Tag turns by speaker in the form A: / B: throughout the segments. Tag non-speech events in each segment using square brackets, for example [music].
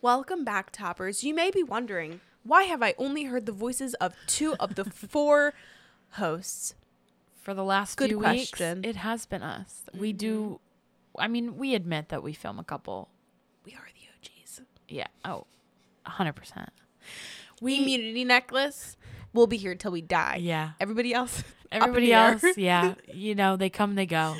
A: Welcome back, toppers. You may be wondering, why have I only heard the voices of two of
B: [laughs]
A: the four hosts?
B: For the last
A: Good
B: few
A: question. Mm-hmm.
B: weeks, it has been us. We do. I mean, we admit that we film a couple.
A: We are the OGs.
B: Yeah. Oh, 100 percent.
A: We immunity necklace. We'll be here till we die.
B: Yeah.
A: Everybody else. Uh, [laughs] up in
B: Everybody
A: the air.
B: else, yeah. You know, they come,
A: [laughs]
B: they go.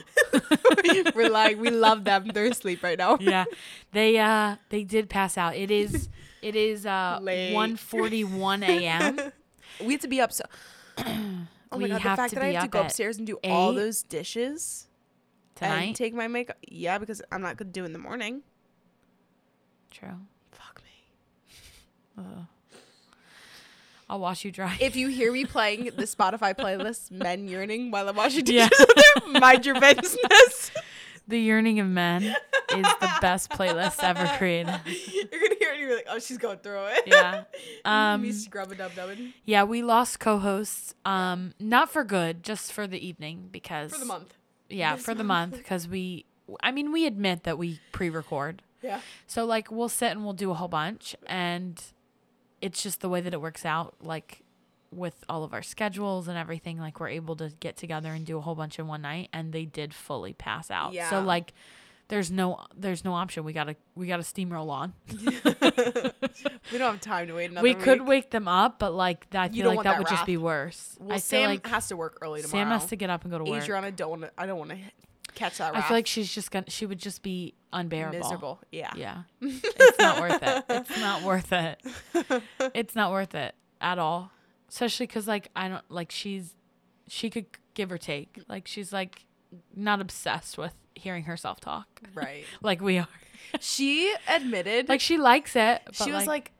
A: We're like, we love them. They're asleep right now.
B: yeah they uh they did pass out it is it is uh
A: Late.
B: 1:41
A: [laughs]
B: a.m
A: We have to be up
B: [clears throat]
A: so. [clears throat] Oh my
B: We
A: god! The
B: have
A: fact
B: to
A: that I
B: be
A: have to
B: up
A: go
B: at
A: upstairs and do all
B: eight
A: those dishes and
B: tonight
A: take my makeup. Yeah, because I'm not gonna do in the morning.
B: true
A: Fuck me.
B: Ugh. i'll wash you dry
A: If you hear me playing the Spotify playlist "Men Yearning" while I'm washing
B: Yeah.
A: dishes, mind
B: [laughs]
A: your business.
B: the yearning
A: [laughs]
B: of men is the best playlist ever created
A: You're gonna hear it and you're like, oh, she's going through it. [laughs]
B: yeah
A: me
B: um
A: scrubbing dub dubbing
B: yeah we lost co-hosts um not for good just for the evening because
A: for the month.
B: yeah for the month because we i mean we admit that we pre-record
A: Yeah.
B: So like we'll sit and we'll do a whole bunch and it's just the way that it works out like with all of our schedules and everything like we're able to get together and do a whole bunch in one night and they did fully pass out.
A: Yeah.
B: So like there's no there's no option. We got to we got to steamroll on.
A: We don't have time to wait another
B: we could
A: week.
B: wake them up but like th- I
A: You
B: feel
A: don't
B: like
A: want
B: that,
A: that
B: would just be
A: wrath.
B: worse.
A: Well,
B: I
A: Sam
B: feel like
A: has to work early tomorrow.
B: Sam has to get up and go to work.
A: Adriana don't want to. I don't want to catch that.
B: I
A: Wrath.
B: feel like she's just going to she would just be unbearable.
A: miserable. Yeah.
B: Yeah. It's not worth it. It's not worth it.
A: [laughs]
B: It's not worth it at all. Especially cuz like I don't like she's she could give or take. Like she's like not obsessed with hearing herself talk [laughs]
A: Right.
B: like
A: [laughs]
B: we are.
A: She admitted.
B: Like she likes it, but
A: she was like,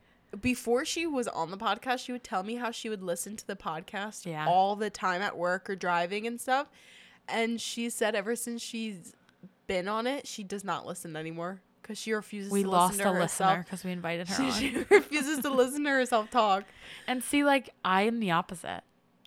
A: before she was on the podcast, she would tell me how she would listen to the podcast
B: Yeah.
A: all the time at work or driving and stuff. And she said ever since she's been on it, she does not listen anymore because she refuses
B: we
A: to
B: lost
A: listen
B: a
A: to
B: listener
A: herself.
B: cuz we invited her
A: She,
B: on.
A: [laughs] she refuses to listen to herself talk.
B: and see like I am the opposite.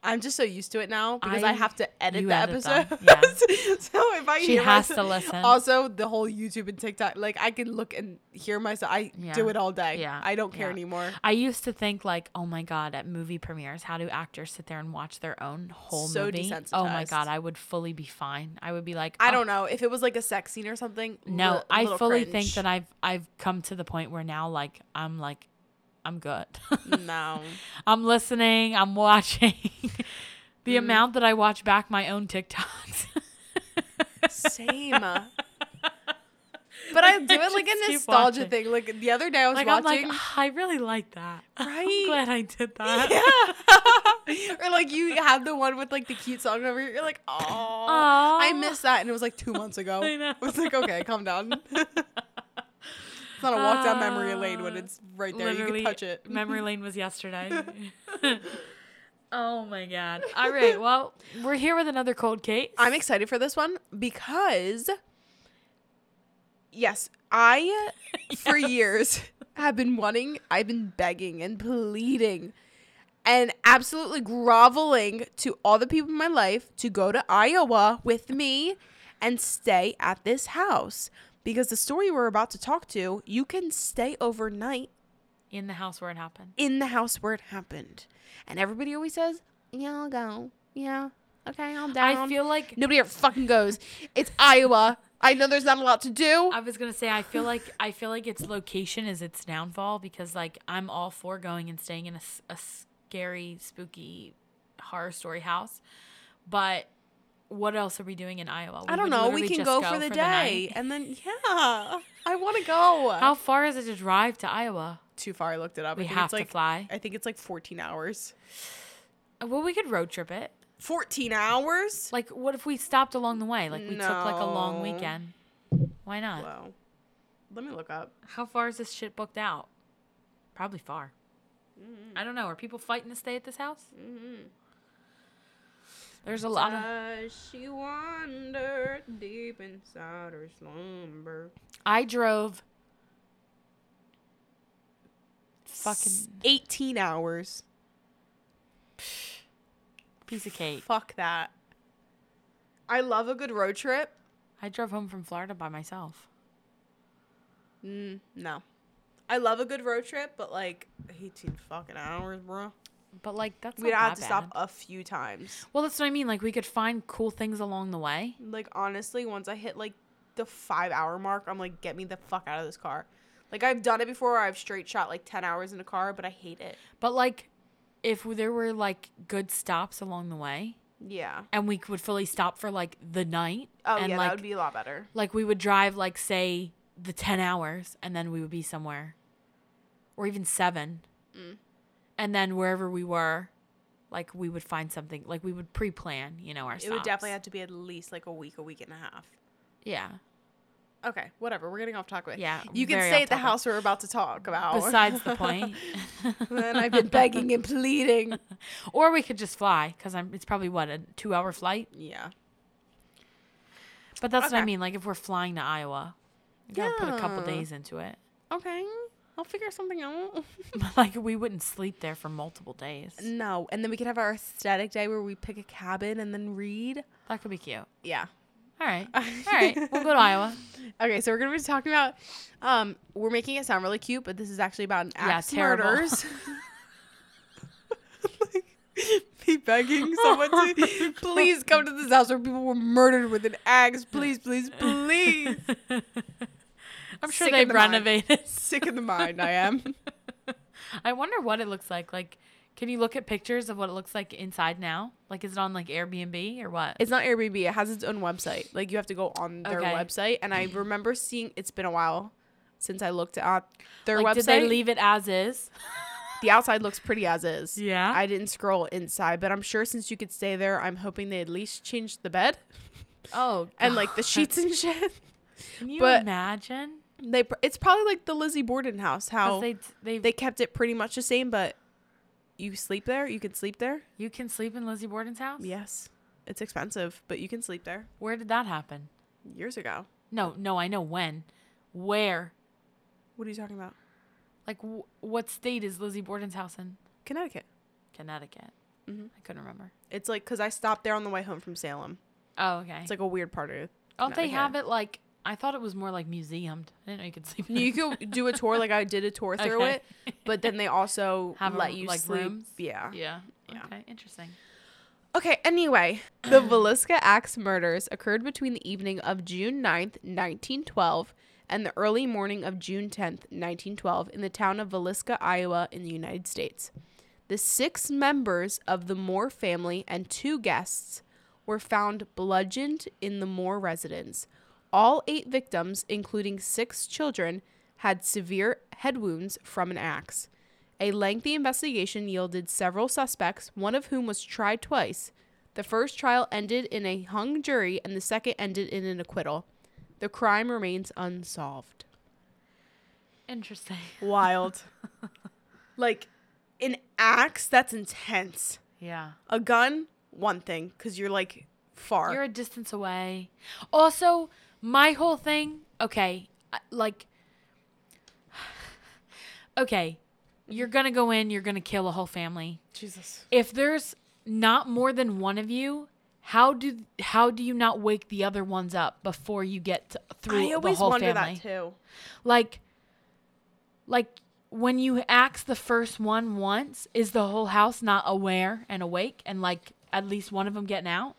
A: I'm just so used to it now because I,
B: I-
A: have to edit
B: you
A: the
B: edit
A: episodes.
B: them, yeah.
A: [laughs] so if I
B: She
A: hear
B: has to
A: myself-
B: listen.
A: Also, the whole YouTube and TikTok, like I can look and hear myself. I do
B: Yeah.
A: it all day.
B: Yeah.
A: I don't care
B: Yeah.
A: anymore.
B: I used to think like, oh my god, at movie premieres, how do actors sit there and watch their own whole
A: So
B: movie? Oh my
A: desensitized.
B: god, I would fully be fine. I would be like,
A: I
B: "Oh,
A: don't know if it was like a sex scene or something.
B: No,
A: li-
B: I
A: little
B: fully
A: cringe.
B: think that I've I've come to the point where now like I'm like I'm good.
A: [laughs] no.
B: [laughs] I'm listening, I'm watching. [laughs] the
A: Mm.
B: amount that I watch back my
A: [laughs]
B: own TikToks.
A: Same.
B: [laughs]
A: But I do it
B: just
A: like a
B: keep
A: nostalgia
B: watching.
A: thing. Like the other day I was
B: like
A: watching
B: I'm [laughs] like "Ah, I really like that. [laughs]
A: Right?
B: I'm glad I
A: [laughs]
B: did that. [laughs]
A: or like you have the one with like the cute song over here. You're like, oh,
B: Aw.
A: I
B: [laughs]
A: missed that, and it was like two months ago.
B: I know.
A: was like, okay, calm down. it's not a walk down memory lane when
B: Ah,
A: it's right there. You can touch it. [laughs]
B: memory lane was yesterday. oh my god. All right, well, we're here with another cold case.
A: I'm excited for this one because, yes,
B: [laughs]
A: I for years have been wanting, I've been begging and pleading and absolutely groveling to all the people in my life to go to Iowa with me and stay at this house. Because the story we're about to talk to, you can stay overnight
B: in the house where it happened.
A: in the house where it happened. And everybody always says, Yeah, I'll go. Yeah. Okay, I'm down.
B: I feel like
A: Nobody ever fucking goes. It's Iowa. I know there's not a lot to do.
B: I was gonna say I feel like I feel like its location is its downfall because like I'm all for going and staying in a, s- a scary, spooky, horror story house, but what else are we doing in Iowa?
A: I don't
B: would
A: know. We
B: literally
A: can
B: just
A: go, for the day.
B: night.
A: and then, yeah, I want to go.
B: How far is it to drive to Iowa?
A: Too far. I looked it up.
B: We
A: I think
B: have
A: it's
B: to
A: like,
B: fly.
A: I think it's like 14 hours.
B: Well, we could road trip it.
A: 14 hours?
B: Like, what if we stopped along the way? Like, we took like a long
A: No.
B: weekend. Why not?
A: Wow. Let me look up.
B: How far is this shit booked out? Probably far. I don't know. Are people fighting to stay at this house? Mm-hmm. There's a lot of.
A: Does she wandered deep inside her slumber.
B: I drove. Fucking
A: S- 18 hours.
B: piece of cake.
A: Fuck that. I love a good road trip.
B: I drove home from Florida by myself.
A: Mm, no. I love a good road trip, but like 18 fucking hours, bro.
B: But like that's
A: We'd
B: not
A: have
B: that
A: to stop
B: bad.
A: a few times.
B: Well, that's what I mean. Like we could find cool things along the way.
A: Like honestly, once I hit like the five hour mark, I'm like, get me the fuck out of this car. Like I've done it before. Where I've straight shot like 10 hours in a car, but I hate it.
B: But like if there were like good stops along the way
A: Yeah.
B: and we could fully stop for like the night
A: Oh
B: and
A: yeah,
B: like
A: that would be a lot better.
B: like we would drive like say the 10 hours and then we would be somewhere or even 7.
A: Mm.
B: And then wherever we were like we would find something like we would pre-plan, you know, our
A: It would definitely
B: stops.
A: have to be at least like a week, a week and a half.
B: Yeah.
A: Okay, whatever. We're getting off topic.
B: Yeah,
A: you can
B: very
A: stay
B: off
A: at the
B: topic.
A: house we're about to talk about.
B: Besides the point. [laughs]
A: then I've been begging [laughs] and pleading.
B: or we could just fly cuz I'm it's probably what a 2-hour flight.
A: [laughs] Yeah.
B: But that's what I
A: Okay.
B: mean. Like if we're flying to Iowa, you gotta put a couple
A: Yeah.
B: days into it. [laughs]
A: Okay. I'll figure something out.
B: But like we wouldn't sleep there for multiple days.
A: No, and then we could have our aesthetic day where we pick a cabin and then read.
B: That could be cute. All
A: [laughs] Yeah.
B: right. All right. We'll go to Iowa.
A: Okay, so we're gonna be talking about. Um, we're making it sound really cute, but this is actually about an
B: Yeah,
A: axe
B: terrible.
A: [laughs] murders. like, be [laughs] begging someone to please come to this house where people were murdered with an axe. Please, please, [laughs] please.
B: I'm sure
A: Sick
B: they
A: in the mind.
B: renovated.
A: Sick in the mind, I am.
B: [laughs] I wonder what it looks like. Like, can you look at pictures of what it looks like inside now? Like, is it on like Airbnb or what?
A: [laughs] It's not Airbnb. It has its own website. Like you have to go on their
B: Okay.
A: website. And I remember seeing. It's been a while since I looked at their
B: like,
A: website.
B: did they leave it as is?
A: the outside looks pretty as is.
B: Yeah.
A: I didn't scroll inside, but I'm sure since you could stay there, I'm hoping they at least changed the bed
B: oh,
A: and
B: [sighs]
A: like the sheets and shit. [laughs]
B: Can you
A: but-
B: imagine?
A: They pr- it's probably like the Lizzie Borden house how
B: 'Cause
A: Oh. they,
B: They, they,
A: kept it pretty much the same, but you sleep there. You could sleep there.
B: you can sleep in Lizzie Borden's house.
A: Yes, it's expensive, but you can sleep there.
B: Where did that happen?
A: Years ago.
B: No, no, I know when. Where?
A: What are you talking about?
B: Like, w- what state is Lizzie Borden's house in?
A: Connecticut.
B: Connecticut.
A: Mhm.
B: I couldn't remember.
A: It's like because I stopped there on the way home from Salem.
B: Oh, okay.
A: It's like a weird part of.
B: Don't Oh, they
A: Connecticut.
B: have it like? I thought it was more like museumed. I didn't know you could sleep. in
A: You
B: it.
A: could do a tour, like I did a tour through
B: [laughs] Okay.
A: it, but then they also
B: Have a-
A: let you
B: like,
A: sleep.
B: rooms?
A: Yeah.
B: yeah.
A: Yeah.
B: Okay. Interesting.
A: Okay. Anyway, the Velisca Axe murders occurred between the evening of June 9th, 1912, and the early morning of June 10th, 1912, in the town of Velisca, Iowa, in the United States. The six members of the Moore family and two guests were found bludgeoned in the Moore residence. All eight victims, including six children, had severe head wounds from an axe. A lengthy investigation yielded several suspects, one of whom was tried twice. The first trial ended in a hung jury, and the second ended in an acquittal. The crime remains unsolved.
B: Interesting. [laughs]
A: Wild. [laughs] like, an axe, that's intense.
B: Yeah.
A: A gun, one thing, because you're like far.
B: You're a distance away. Also, my whole thing. Okay. I- Like. [sighs] Okay. You're gonna go in. You're gonna kill a whole family.
A: Jesus.
B: If there's not more than one of you. How do how do you not wake the other ones up before you get to, through
A: I always
B: the whole
A: wonder
B: family?
A: that too.
B: like like when you axe the first one once is the whole house not aware and awake and like at least one of them getting out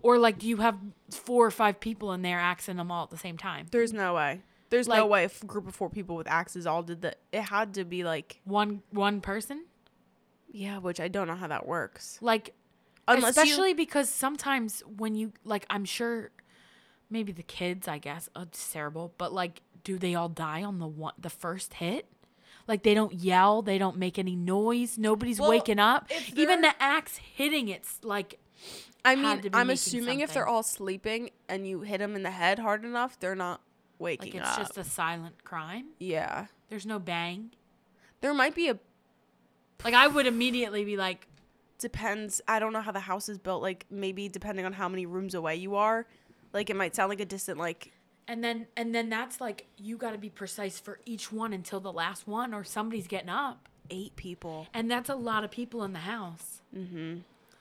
B: or like do you have four or five people in there axing them all at the same time
A: There's no way. There's no
B: Like-
A: way a f- group of four people with axes all did that. It had to be like,
B: one one person
A: yeah, which I don't know how that works.
B: like
A: Unless you-
B: especially because sometimes when you like i'm sure maybe the kids i guess oh, it's terrible but like do they all die on the one the first hit like they don't yell they don't make any noise nobody's
A: Well,
B: waking up
A: if
B: even
A: they're-
B: the axe hitting it's like
A: I
B: had
A: mean,
B: to be
A: I'm
B: making
A: assuming if they're
B: something.
A: all sleeping and you hit them in the head hard enough, they're not waking
B: like it's
A: up.
B: just a silent crime
A: yeah,
B: there's no bang
A: there might be a
B: like i would immediately be like
A: depends. I don't know how the house is built. Like maybe depending on how many rooms away you are, like it might sound like a distant like.
B: and then and then that's like you got to be precise for each one until the last one or somebody's getting up
A: Eight people.
B: and that's a lot of people in the house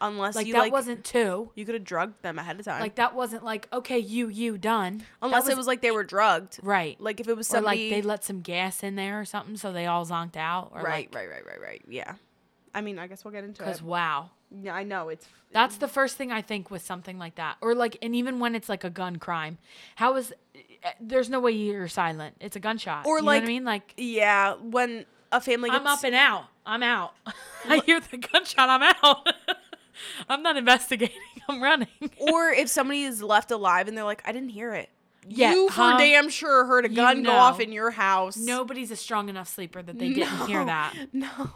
A: unless
B: Like
A: you
B: that
A: like
B: wasn't two.
A: you could have drugged them ahead of time.
B: Like that wasn't like okay, you you done. That
A: unless it was like they were drugged.
B: right.
A: Like if it was
B: or like
A: somebody
B: they let some gas in there or something, so they all zonked out. Or
A: right, right, right, right, right. Yeah. I mean, I guess we'll get into it.
B: Because wow,
A: Yeah, I know it's
B: that's the first thing I think with something like that. Or like, and even when it's like a gun crime, how is eh, there's no way you're silent. It's a gunshot.
A: Or
B: You know
A: like-
B: what I mean, like
A: yeah, when a family gets
B: I'm up and out. I'm out. [laughs] I hear the gunshot. I'm out. [laughs] I'm not investigating. [laughs] I'm running.
A: [laughs] or if somebody is left alive and they're like, I didn't hear it.
B: Yeah,
A: you for
B: huh?
A: damn sure heard a
B: You
A: gun go off
B: know.
A: in your house. [laughs]
B: Nobody's a strong enough sleeper that they didn't hear
A: No.
B: that.
A: No.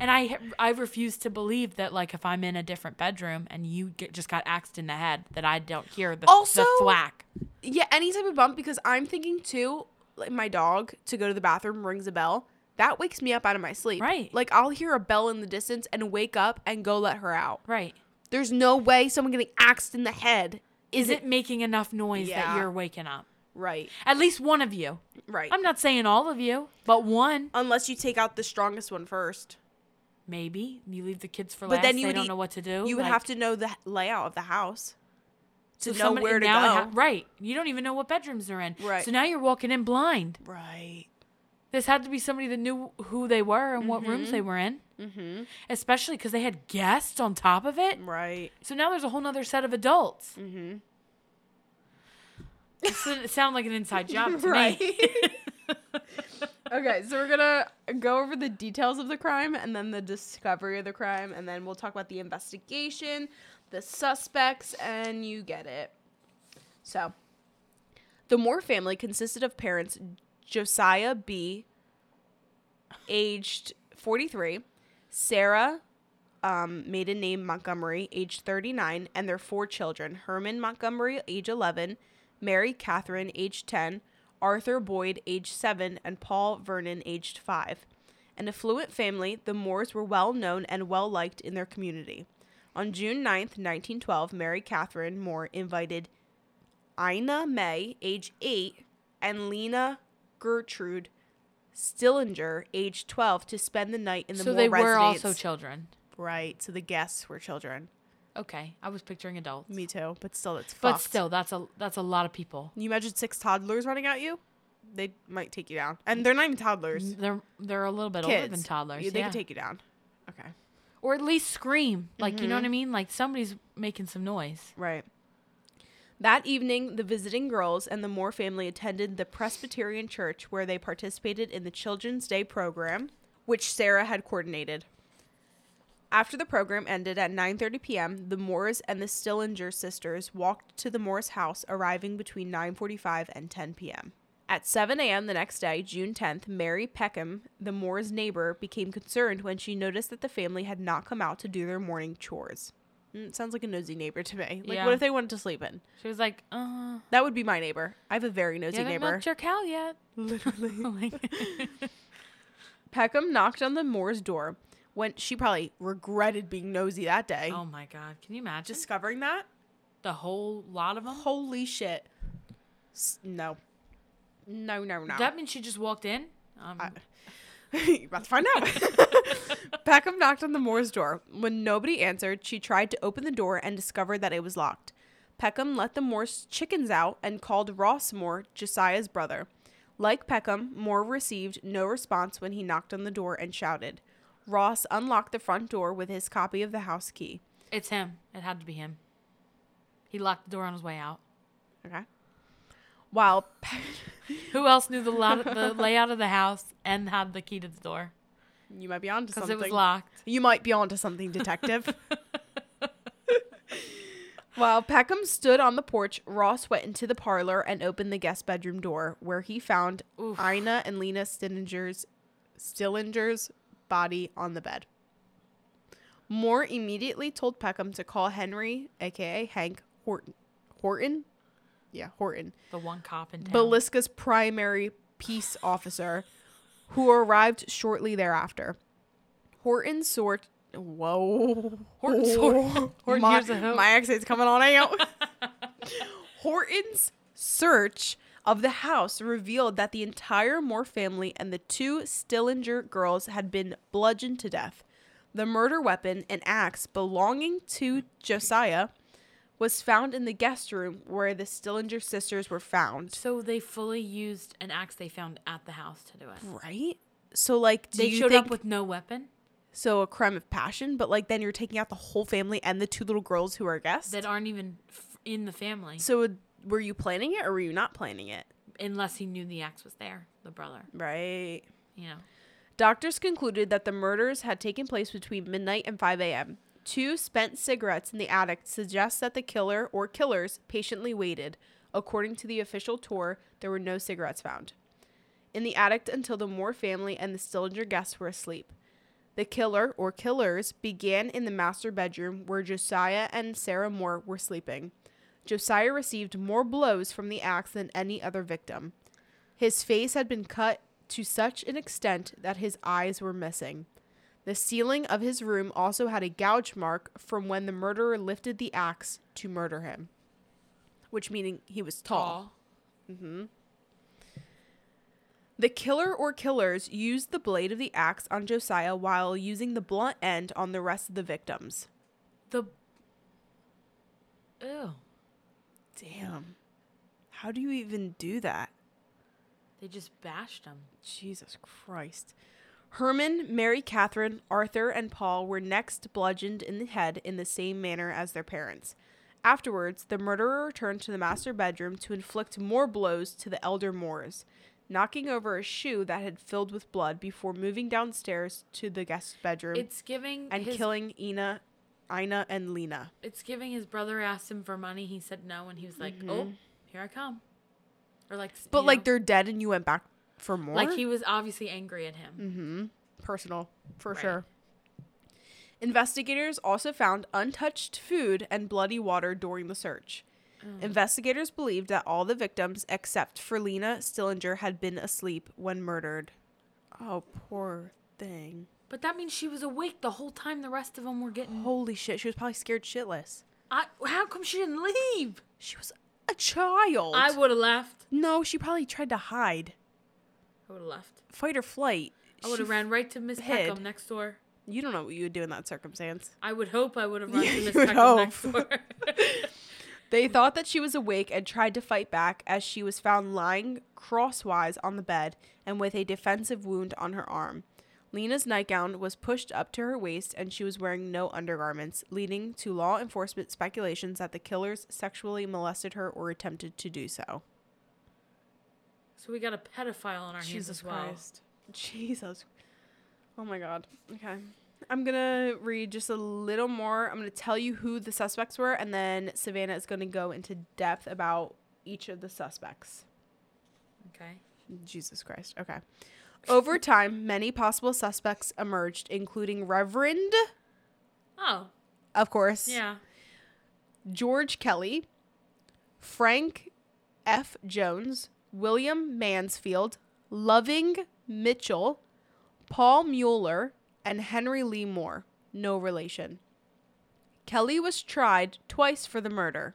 B: And I I refuse to believe that like if I'm in a different bedroom and you get, just got axed in the head that I don't hear the
A: Also-
B: the thwack.
A: Yeah, any type of bump because I'm thinking too, like my dog to go to the bathroom rings a bell. That wakes me up out of my sleep.
B: Right.
A: Like I'll hear a bell in the distance and wake up and go let her out.
B: Right.
A: There's no way someone getting axed in the head
B: Is it making enough noise
A: Yeah.
B: that you're waking up?
A: right.
B: At least one of you.
A: Right.
B: I'm not saying all of you, but one
A: Unless you take out the strongest one first.
B: maybe. You leave the kids for
A: But
B: last.
A: then you
B: they
A: would
B: don't
A: eat-
B: know what to do.
A: You would have to know the h- layout of the house to know where to go.
B: right. You don't even know what bedrooms they're in.
A: Right.
B: So now you're walking in blind.
A: right.
B: This had to be somebody that knew who they were and what
A: Mm-hmm.
B: rooms they were in.
A: Mhm.
B: Especially because they had guests on top of it.
A: Right.
B: So now there's a whole nother set of adults.
A: Mhm.
B: This doesn't sound like an
A: [laughs]
B: inside [laughs] job to
A: Right.
B: me. [laughs]
A: Okay, so we're gonna go over the details of the crime and then the discovery of the crime, and then we'll talk about the investigation, the suspects, and you get it. So, the Moore family consisted of parents Josiah B., aged 43, Sarah, um, maiden name Montgomery, aged 39, and their four children Herman Montgomery, age 11, Mary Catherine, age 10, Arthur Boyd, age 7, and Paul Vernon, aged 5. An affluent family, the Moores were well known and well liked in their community. On June 9th, 1912, Mary Catherine Moore invited Ina May, age 8, and Lena Gertrude Stillinger, age 12, to spend the night in the
B: so
A: Moore
B: they were
A: residence.
B: also children.
A: Right. So the guests were children.
B: Okay. I was picturing adults.
A: Me too. But still, it's
B: but
A: fucked.
B: still, that's a that's a lot of people.
A: you imagine six toddlers running at you? They might take you down, and they're not even toddlers.
B: They're they're a little bit
A: Kids.
B: older than toddlers.
A: Yeah, they
B: yeah.
A: could take you down. Okay.
B: or at least scream. Like you know
A: Mm-hmm.
B: what I mean? Like somebody's making some noise.
A: Right. That evening, the visiting girls and the Moore family attended the Presbyterian Church where they participated in the Children's Day program, which Sarah had coordinated. After the program ended at 9:30 p.m., the Moores and the Stillinger sisters walked to the Moore's house, arriving between 9:45 and 10 p.m. At 7 a.m. the next day, June 10th, Mary Peckham, the Moore's neighbor, became concerned when she noticed that the family had not come out to do their morning chores. Mm, sounds like a nosy neighbor to me. Like,
B: Yeah.
A: what if they wanted to sleep in?
B: She was like, "Uh,
A: That would be my neighbor. I have a very
B: you
A: nosy
B: haven't
A: neighbor.
B: milked your cow yet."
A: Literally.
B: [laughs]
A: [laughs]
B: Like-
A: Peckham knocked on the Moore's door when she probably regretted being nosy that day.
B: oh my god! Can you imagine
A: Discovering that?
B: the whole lot of them?
A: Holy shit. S- no. No, no, no.
B: That means she just walked in. Um,
A: I- You're [laughs] about to find
B: [laughs]
A: out. Peckham knocked on the Moore's door. When nobody answered, she tried to open the door and discovered that it was locked. Peckham let the Moore's chickens out and called Ross Moore, Josiah's brother. Like Peckham, Moore received no response when he knocked on the door and shouted. Ross unlocked the front door with his copy of the house key.
B: it's him. It had to be him. He locked the door on his way out.
A: Okay. While Pe- [laughs]
B: Who else knew the, lot the layout of the house and had the key to the door?
A: you might be onto
B: Because
A: something.
B: it was locked.
A: You might be onto something, detective. While Peckham stood on the porch, Ross went into the parlor and opened the guest bedroom door, where he found
B: Oof.
A: Ina and Lena Stillinger's, Stillinger's body on the bed. Moore immediately told Peckham to call Henry, aka Hank Horton. Horton? Yeah, Horton.
B: The one cop in town.
A: Beliska's primary peace officer, who arrived shortly thereafter. Horton sort. Whoa.
B: Horton sort- [laughs] Horton
A: my,
B: hears a hoot.
A: my accent's coming on out.
B: [laughs]
A: Horton's search of the house revealed that the entire Moore family and the two Stillinger girls had been bludgeoned to death. the murder weapon and axe belonging to Josiah was found in the guest room where the Stillinger sisters were found.
B: So they fully used an axe they found at the house to do it.
A: Right? So like do
B: They
A: you
B: showed
A: think
B: up with no weapon
A: so a crime of passion, but like then you're taking out the whole family and the two little girls who are guests.
B: that aren't even f- in the family,
A: so would- were you planning it or were you not planning it?
B: unless he knew the axe was there, the brother.
A: Right.
B: You know,
A: Doctors concluded that the murders had taken place between midnight and 5 a.m. Two spent cigarettes in the attic suggest that the killer or killers patiently waited. According to the official tour, there were no cigarettes found. In the attic until the Moore family and the Stillinger guests were asleep. The killer or killers began in the master bedroom where Josiah and Sarah Moore were sleeping. Josiah received more blows from the axe than any other victim. His face had been cut to such an extent that his eyes were missing. The ceiling of his room also had a gouge mark from when the murderer lifted the axe to murder him, which meaning he was tall.
B: tall.
A: The killer or killers used the blade of the axe on Josiah while using the blunt end on the rest of the victims.
B: The. Ew.
A: Damn. How do you even do that?
B: They just bashed him.
A: Jesus Christ. Herman, Mary Catherine, Arthur, and Paul were next bludgeoned in the head in the same manner as their parents. Afterwards, the murderer returned to the master bedroom to inflict more blows to the elder Moores, knocking over a shoe that had filled with blood before moving downstairs to the guest bedroom
B: It's giving
A: and
B: his,
A: killing Ina, Ina, and Lena.
B: It's giving his brother asked him for money. He said no, and he was like, "Oh, here I come," or like. s-
A: Mm-hmm. But
B: you
A: like
B: know,
A: they're dead, and you went back for more. Mm-hmm.
B: like he was obviously angry at him.
A: personal for
B: Right.
A: sure. Investigators also found untouched food and bloody water during the search. Investigators believed that all the victims, except for Lena Stillinger, had been asleep when murdered. Oh, poor thing.
B: But that means she was awake the whole time. The rest of them were getting.
A: Holy shit, she was probably scared shitless.
B: I, how come she didn't leave?
A: She was a child.
B: I would have left.
A: no, she probably tried to hide.
B: I would have left.
A: Fight or flight.
B: I would
A: She
B: have ran right to Miss
A: hid.
B: Peckham next door.
A: You don't know what you would do in that circumstance.
B: I would hope I would
A: [laughs]
B: have run
A: Yeah,
B: to
A: you
B: Miss
A: would
B: Peckham next
A: hope.
B: door. [laughs]
A: They thought that she was awake and tried to fight back as she was found lying crosswise on the bed and with a defensive wound on her arm. Lena's nightgown was pushed up to her waist and she was wearing no undergarments, leading to law enforcement speculations that the killers sexually molested her or attempted to do so.
B: so we got a pedophile on our hands as well.
A: Jesus. Oh my God. Okay. I'm going to read just a little more. I'm going to tell you who the suspects were, and then Savannah is going to go into depth about each of the suspects.
B: Okay.
A: Jesus Christ. Okay. Over time, many possible suspects emerged, including Reverend,
B: Oh,
A: of course,
B: yeah.
A: George Kelly, Frank F. Jones, William Mansfield, Loving Mitchell, Paul Mueller, and Henry Lee Moore. No relation. Kelly was tried twice for the murder.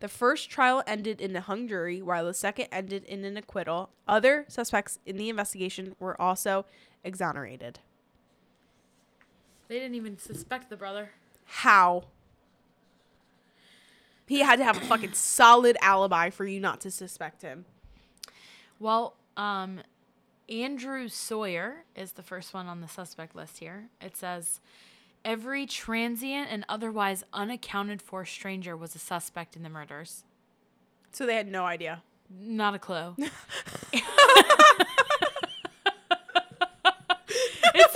A: The first trial ended in a hung jury, while the second ended in an acquittal. Other suspects in the investigation were also exonerated.
B: They didn't even suspect the brother.
A: How? He had to have a fucking solid alibi for you not to suspect him.
B: Well, um, Andrew Sawyer is the first one on the suspect list here. It says every transient and otherwise unaccounted for stranger was a suspect in the murders.
A: So they had no idea.
B: Not
A: [laughs]
B: a clue. they
A: let's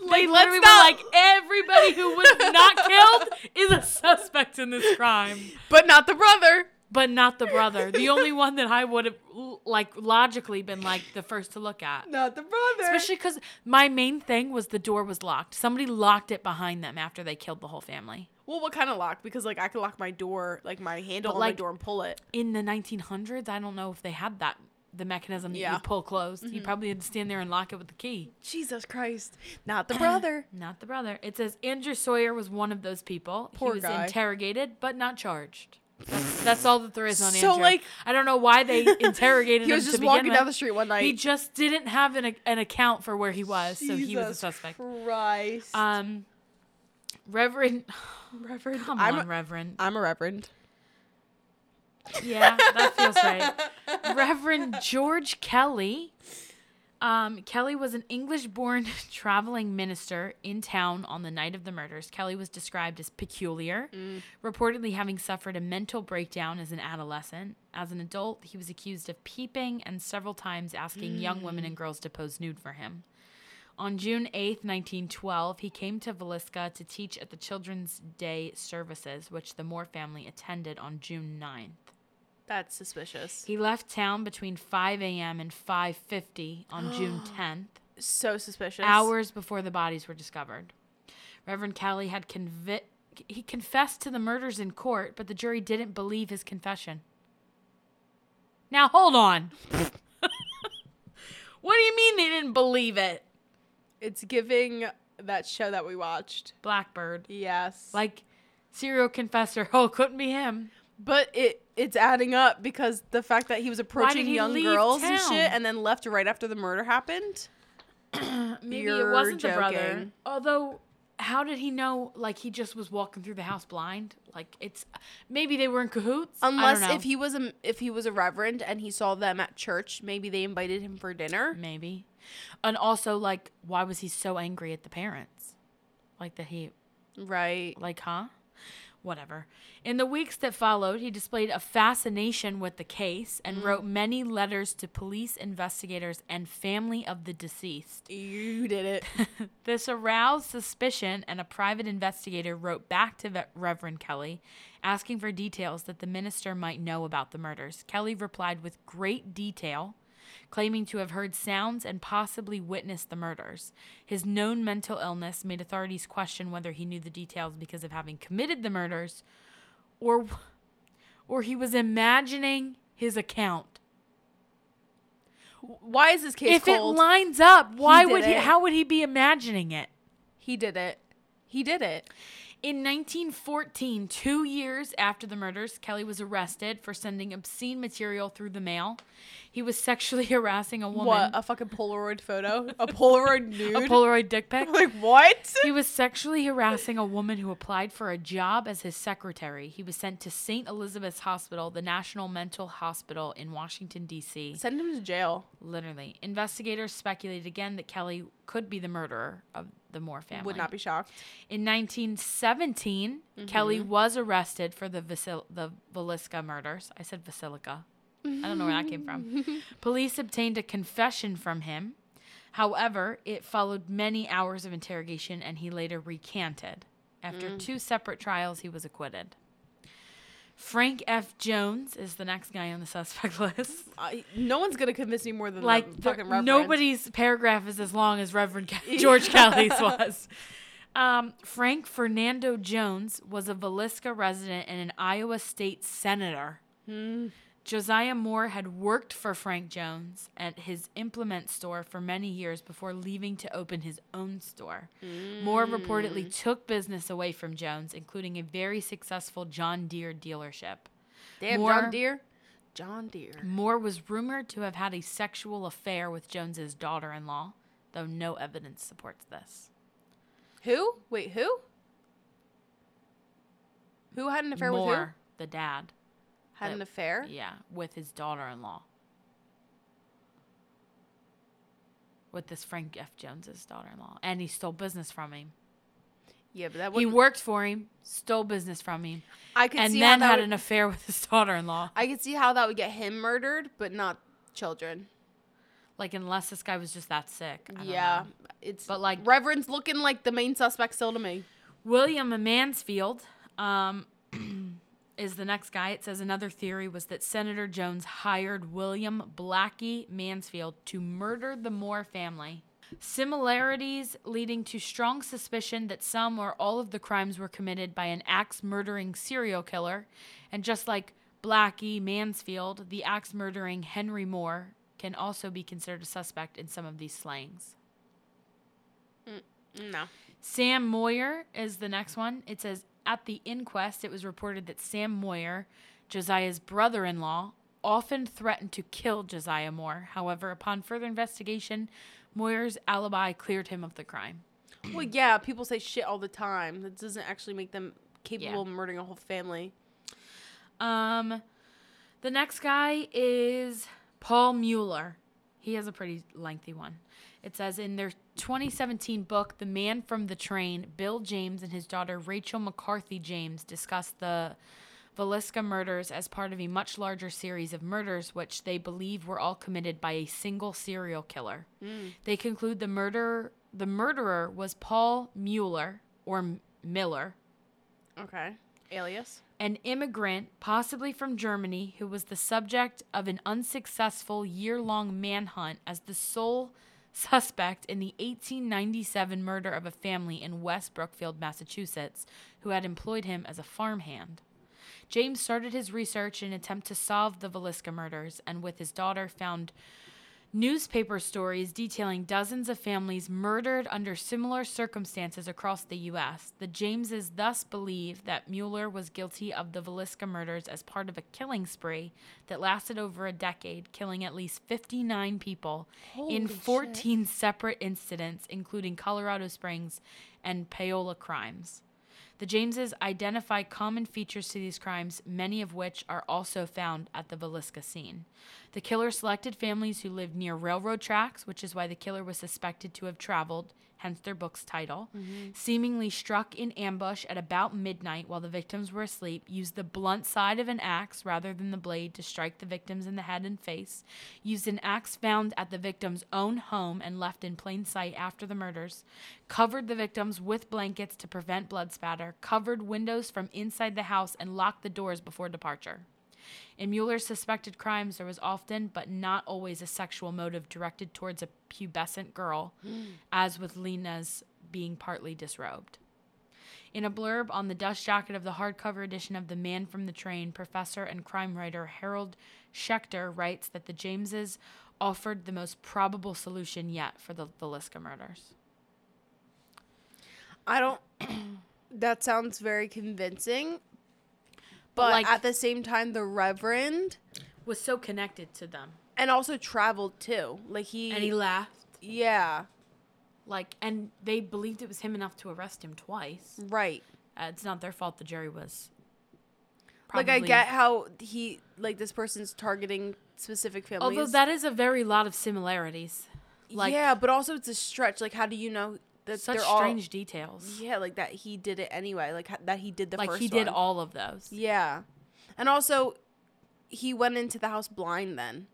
B: literally were
A: not-
B: like, everybody who was not killed is a suspect in this crime,
A: But not the brother.
B: but not the brother. The only one that I would have, like, logically been like the first to look at.
A: Not the brother.
B: Especially because my main thing was the door was locked. Somebody locked it behind them after they killed the whole family.
A: well, what kind of lock? Because like I could lock my door, like my handle
B: But,
A: on
B: like-
A: my door and pull it.
B: In the 1900s, I don't know if they had that the mechanism that
A: Yeah. Mm-hmm.
B: you pull closed. You probably had to stand there and lock it with the key.
A: Jesus Christ. Not [clears throat] the brother.
B: Not the brother. It says Andrew Sawyer was one of those people.
A: Poor
B: he was
A: guy.
B: interrogated but not charged. That's all that there is on
A: So,
B: Andrew.
A: like-
B: I don't know why they
A: [laughs]
B: interrogated
A: He
B: him
A: was
B: to
A: just
B: begin
A: walking
B: with.
A: down the street one night.
B: He just didn't have an, an account for where he was, so he was a
A: Jesus
B: suspect.
A: Christ.
B: Um, Reverend, [sighs]
A: Reverend.
B: come
A: I'm
B: on,
A: a,
B: Reverend.
A: I'm a reverend.
B: Yeah, that feels right. Reverend George Kelly. Um, Kelly was an English born [laughs] traveling minister in town on the night of the murders. Kelly was described as peculiar, reportedly having suffered a mental breakdown as an adolescent. As an adult, he was accused of peeping and several times asking young women and girls to pose nude for him. On June eighth, 1912, he came to Villisca to teach at the Children's Day services, which the Moore family attended on June 9th.
A: That's suspicious.
B: He left town between 5 a.m. and 5:50 on June 10th,
A: So suspicious.
B: hours before the bodies were discovered. Reverend Kelly had convi- he confessed to the murders in court, but the jury didn't believe his confession. Now hold on. [laughs] what do you mean they didn't believe it?
A: It's giving that show that we watched.
B: Blackbird.
A: Yes.
B: Like serial confessor. [laughs] Oh, it couldn't be him.
A: But it it's adding up because the fact that he was approaching
B: he
A: young
B: leave
A: girls and
B: town?
A: shit and then left right after the murder [clears throat] happened.
B: Maybe
A: You're
B: it wasn't the brother.
A: joking.
B: Although, how did he know? Like he just was walking through the house blind. Like it's maybe they were in cahoots. I don't
A: Unless
B: know.
A: if he was a if he was a reverend and he saw them at church, maybe they invited him for dinner.
B: maybe, and also like why was he so angry at the parents? Like that he
A: Right.
B: like huh whatever in the weeks that followed he displayed a fascination with the case
A: Mm.
B: and wrote many letters to police investigators and family of the deceased
A: You did it.
B: This aroused suspicion, and a private investigator wrote back to Ve- Reverend Kelly asking for details that the minister might know about the murders. Kelly replied with great detail, claiming to have heard sounds and possibly witnessed the murders. His known mental illness made authorities question whether he knew the details because of having committed the murders or or he was imagining his account.
A: [laughs] Why is this case
B: if
A: cold?
B: it lines up, why
A: did
B: would he
A: it.
B: how would he be imagining it?
A: he did it. He did it.
B: In 1914, two years after the murders, Kelly was arrested for sending obscene material through the mail. He was sexually [laughs] harassing a woman.
A: What a fucking Polaroid photo, [laughs] a Polaroid nude.
B: A Polaroid dick pic.
A: like [laughs] what?
B: He was sexually harassing a woman who applied for a job as his secretary. He was sent to St. Elizabeth's Hospital, the National Mental Hospital in Washington, D.C.
A: Send him to jail.
B: Literally. Investigators speculated again that Kelly could be the murderer of the Moore family.
A: Would not be shocked.
B: In 1917, Kelly was arrested for the Vasil- the Villisca murders. I said Basilica. I don't know where that came from. Police obtained a confession from him. However, it followed many hours of interrogation and he later recanted. After two separate trials, he was acquitted. Frank F. Jones is the next guy on the suspect [laughs] list.
A: I, no one's gonna convince me more than
B: Like
A: the
B: there-
A: fucking reverend.
B: nobody's paragraph is as long as
A: [laughs]
B: Reverend Ke- George Kelly's was. Um, Frank Fernando Jones was a Villisca resident and an Iowa state senator.
A: Hmm.
B: Josiah Moore had worked for Frank Jones at his implement store for many years before leaving to open his own store. Moore
A: Hmm.
B: reportedly took business away from Jones, including a very successful John Deere dealership.
A: Damn,
B: more-
A: John Deere. John Deere.
B: Moore was rumored to have had a sexual affair with Jones's daughter-in-law, though no evidence supports this.
A: Who? Wait, who? Who had an affair with
B: Moore, the dad,
A: who? Had an affair?
B: yeah, with his daughter-in-law, with this Frank F. Jones's daughter-in-law, and he stole business from him.
A: Yeah, but that
B: He
A: wouldn't.
B: worked for him, stole business from him,
A: I could
B: and
A: see
B: then
A: how that
B: had
A: would,
B: an affair with his daughter-in-law.
A: I could see how that would get him murdered, but not children.
B: Like, unless this guy was just that sick. I don't
A: Yeah,
B: know.
A: it's
B: But, like-
A: Reverend's looking like the main suspect still to me.
B: William Mansfield um, [clears throat] is the next guy. It says another theory was that Senator Jones hired William Blackie Mansfield to murder the Moore family. Similarities leading to strong suspicion that some or all of the crimes were committed by an axe murdering serial killer. And just like Blackie Mansfield, the axe murdering Henry Moore can also be considered a suspect in some of these slayings.
A: No,
B: Sam Moyer is the next one. It says at the inquest, it was reported that Sam Moyer, Josiah's brother in law, often threatened to kill Josiah Moore. However, upon further investigation, Moyer's alibi cleared him of the crime.
A: Well, yeah, people say shit all the time. That doesn't actually make them capable of murdering a whole family.
B: Um, the next guy is Paul Mueller. He has a pretty lengthy one. It says in their 2017 book, The Man from the Train, Bill James and his daughter Rachel McCarthy James discuss the Velisca murders as part of a much larger series of murders, which they believe were all committed by a single serial killer. They conclude the murder the murderer was Paul Mueller or M- Miller,
A: Okay. Alias.
B: an immigrant, possibly from Germany, who was the subject of an unsuccessful year long manhunt as the sole [laughs] suspect in the 1897 murder of a family in West Brookfield, Massachusetts, who had employed him as a farmhand. James started his research in an attempt to solve the Velisca murders and with his daughter found newspaper stories detailing dozens of families murdered under similar circumstances across the U.S. The Jameses thus believe that Mueller was guilty of the Velisca murders as part of a killing spree that lasted over a decade, killing at least 59 people
A: Holy
B: in
A: shit.
B: 14 separate incidents, including Colorado Springs and Payola crimes. The Jameses identify common features to these crimes, many of which are also found at the Velisca scene. The killer selected families who lived near railroad tracks, which is why the killer was suspected to have traveled, hence their book's title, seemingly struck in ambush at about midnight while the victims were asleep, used the blunt side of an axe rather than the blade to strike the victims in the head and face, used an axe found at the victim's own home and left in plain sight after the murders, covered the victims with blankets to prevent blood spatter, covered windows from inside the house, and locked the doors before departure. In Mueller's suspected crimes, there was often, but not always, a sexual motive directed towards a pubescent girl, as with Lena's being partly disrobed. In a blurb on the dust jacket of the hardcover edition of The Man from the Train, professor and crime writer Harold Schechter writes that the Jameses offered the most probable solution yet for the Velisca murders.
A: I don't. [clears throat] that sounds very convincing. But
B: Like-
A: at the same time, the Reverend
B: Was so connected to them.
A: and also traveled too. Like he,
B: And he laughed.
A: yeah,
B: Like, and they believed it was him enough to arrest him twice.
A: right.
B: Uh, it's not their fault the jury was.
A: Like I get how he, like this person's targeting specific families.
B: Although that is a very lot of similarities. Like,
A: yeah, but also it's a stretch. Like how do you know that
B: such
A: they're all?
B: strange details.
A: Yeah, like that he did it anyway. Like ho- that he did the
B: like,
A: first.
B: he did
A: one.
B: all of those.
A: Yeah, and also he went into the house blind. Then,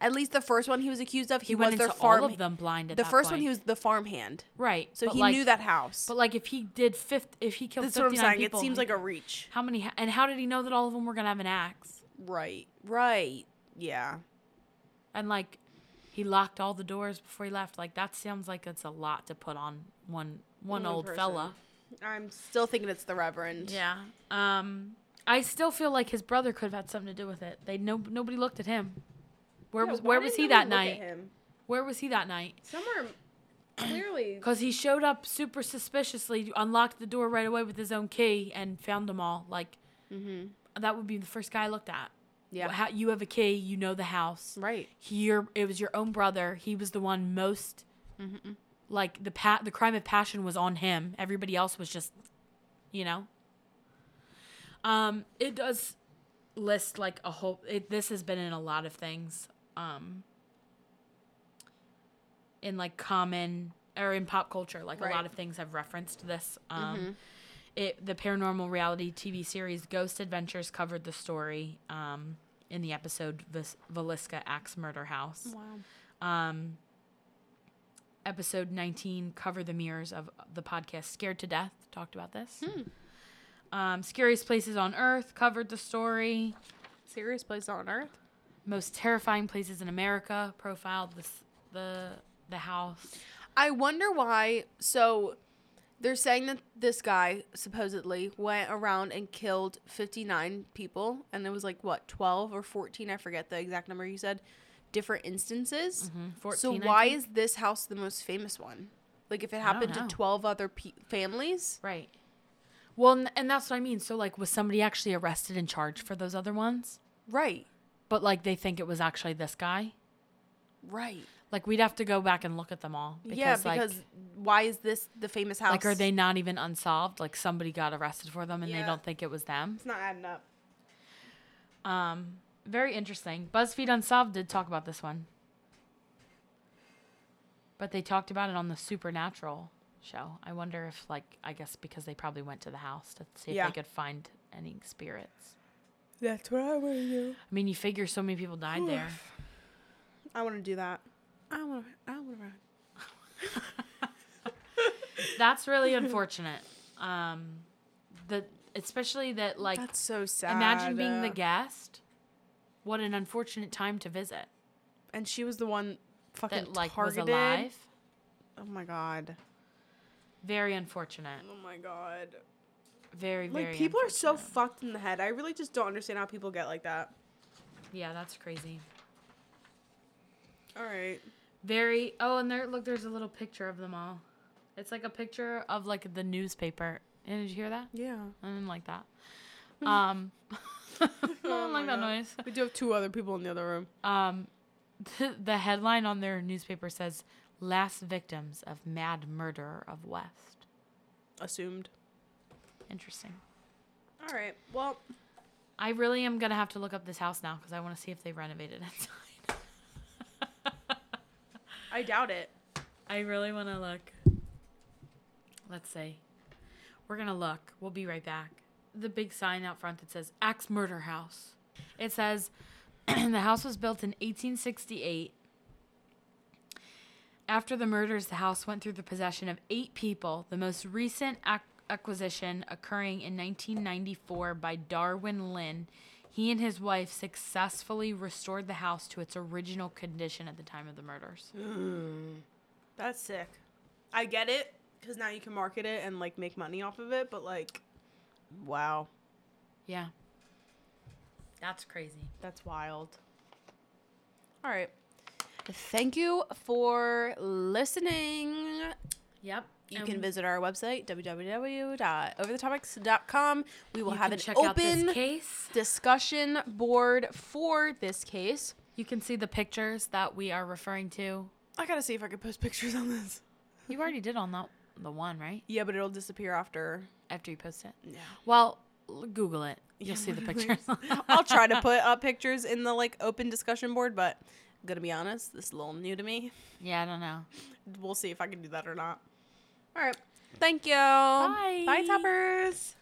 A: at least the first one he was accused of, he,
B: He
A: was
B: went
A: their
B: into
A: farm.
B: all of them blind at
A: the
B: that
A: first one
B: point.
A: he was the farmhand.
B: right.
A: So
B: but
A: he
B: like-
A: knew that house.
B: But like, if he did fifth, if he killed
A: That's what I'm
B: fifty nine
A: saying.
B: people,
A: it seems like a reach.
B: how many? And how did he know that all of them were gonna have an axe?
A: Right. Right. Yeah.
B: And like, he locked all the doors before he left. Like that sounds like it's a lot to put on one one
A: One
B: old
A: person.
B: fella.
A: I'm still thinking it's the Reverend.
B: Yeah. Um, I still feel like his brother could have had something to do with it. They no nobody looked at him. Where was where was he that night? Where was he that night?
A: Somewhere
B: [clears throat]
A: clearly.
B: Because he showed up super suspiciously, unlocked the door right away with his own key, and found them all. Like, that would be the first guy I looked at.
A: Yeah.
B: How, you have a key, you know the house.
A: Right.
B: Here, it was your own brother. He was the one most,
A: Mm-hmm.
B: like, the pa- the crime of passion was on him. Everybody else was just, you know? Um, It does list, like, a whole. It, this has been in a lot of things. Um, in like common or in pop culture like a
A: Right. Mm-hmm.
B: lot of things have referenced this um it the paranormal reality tv series ghost adventures covered the story um in the episode Vis- Velisca Axe Murder House.
A: Wow.
B: Um, episode 19, Cover the Mirrors of the podcast Scared to Death, talked about this.
A: Hmm.
B: Um, Scariest Places on Earth covered the story.
A: Serious place on earth.
B: Most Terrifying Places in America profiled this, the, the house.
A: I wonder why. So they're saying that this guy supposedly went around and killed 59 people, and it was like what 12 or 14? I forget the exact number you said. Different instances.
B: 14,
A: so
B: I
A: why
B: think.
A: is this house the most famous one? Like if it
B: don't
A: happened to
B: know.
A: 12 other pe- families,
B: Right. Well, and, and that's what I mean. So like, was somebody actually arrested and charged for those other ones?
A: Right.
B: But like, they think it was actually this guy.
A: Right.
B: Like, we'd have to go back and look at them all. Because,
A: yeah,
B: like,
A: because why is this the famous house?
B: like, are they not even unsolved? Like, somebody got arrested for them and
A: Yeah.
B: they don't think it was them.
A: It's not adding up.
B: Um, very interesting. BuzzFeed Unsolved did talk about this one, but they talked about it on the Supernatural show. I wonder if, like, I guess because they probably went to the house to see
A: Yeah.
B: if they could find any spirits.
A: That's what I want to do.
B: I mean, you figure so many people died there.
A: I want to do that. I want to. I want to ride.
B: That's really unfortunate. Um, the especially that like
A: That's so sad.
B: imagine being the
A: uh,
B: guest. What an unfortunate time to visit.
A: and she was the one fucking
B: That like
A: targeted.
B: was alive.
A: Oh my god.
B: Very unfortunate.
A: Oh my god.
B: Very very.
A: Like people are so
B: unfortunate.
A: fucked in the head. I really just don't understand how people get like that.
B: Yeah, that's crazy.
A: All right.
B: Very. Oh, and there. Look, there's a little picture of them all. It's like a picture of like the newspaper. And did you hear that?
A: Yeah.
B: I didn't
A: [laughs]
B: like that. Um, [laughs] I didn't like
A: Oh my God.
B: that noise.
A: We do have two other people in the other room.
B: Um, the, the headline on their newspaper says "Last Victims of Mad Murderer of West."
A: Assumed.
B: Interesting.
A: All right. Well,
B: I really am gonna have to look up this house now because I want to see if they renovated [laughs] inside.
A: I doubt it.
B: I really want to look. Let's see. We're going to look. We'll be right back. The big sign out front that says Axe Murder House. It says [clears throat] the house was built in 1868. After the murders, the house went through the possession of eight people, the most recent ac- acquisition occurring in 1994 by Darwin Lynn. He and his wife successfully restored the house to its original condition at the time of the murders.
A: That's sick. I get it because now you can market it and like make money off of it. But like, wow,
B: Yeah. That's crazy.
A: that's wild. All right. Thank you for listening.
B: Yep.
A: You
B: and
A: can visit our website, www.overthetopics.com. We will
B: you
A: have
B: can
A: an
B: check out this
A: open
B: case.
A: discussion board for this case.
B: You can see the pictures that we are referring to.
A: I gotta see if I can post pictures on this. Mm-hmm.
B: You already did on that the one, right?
A: Yeah, but it'll disappear after.
B: After you post it.
A: Yeah.
B: Well, l- Google it.
A: [laughs]
B: You'll see the
A: literally.
B: pictures.
A: I'll try to put up pictures in the like open discussion board, but I'm gonna be honest, this is a little new to me.
B: [laughs] yeah, I don't know.
A: We'll see if I can do that or not. All right. Thank you.
B: Bye.
A: Bye, toppers.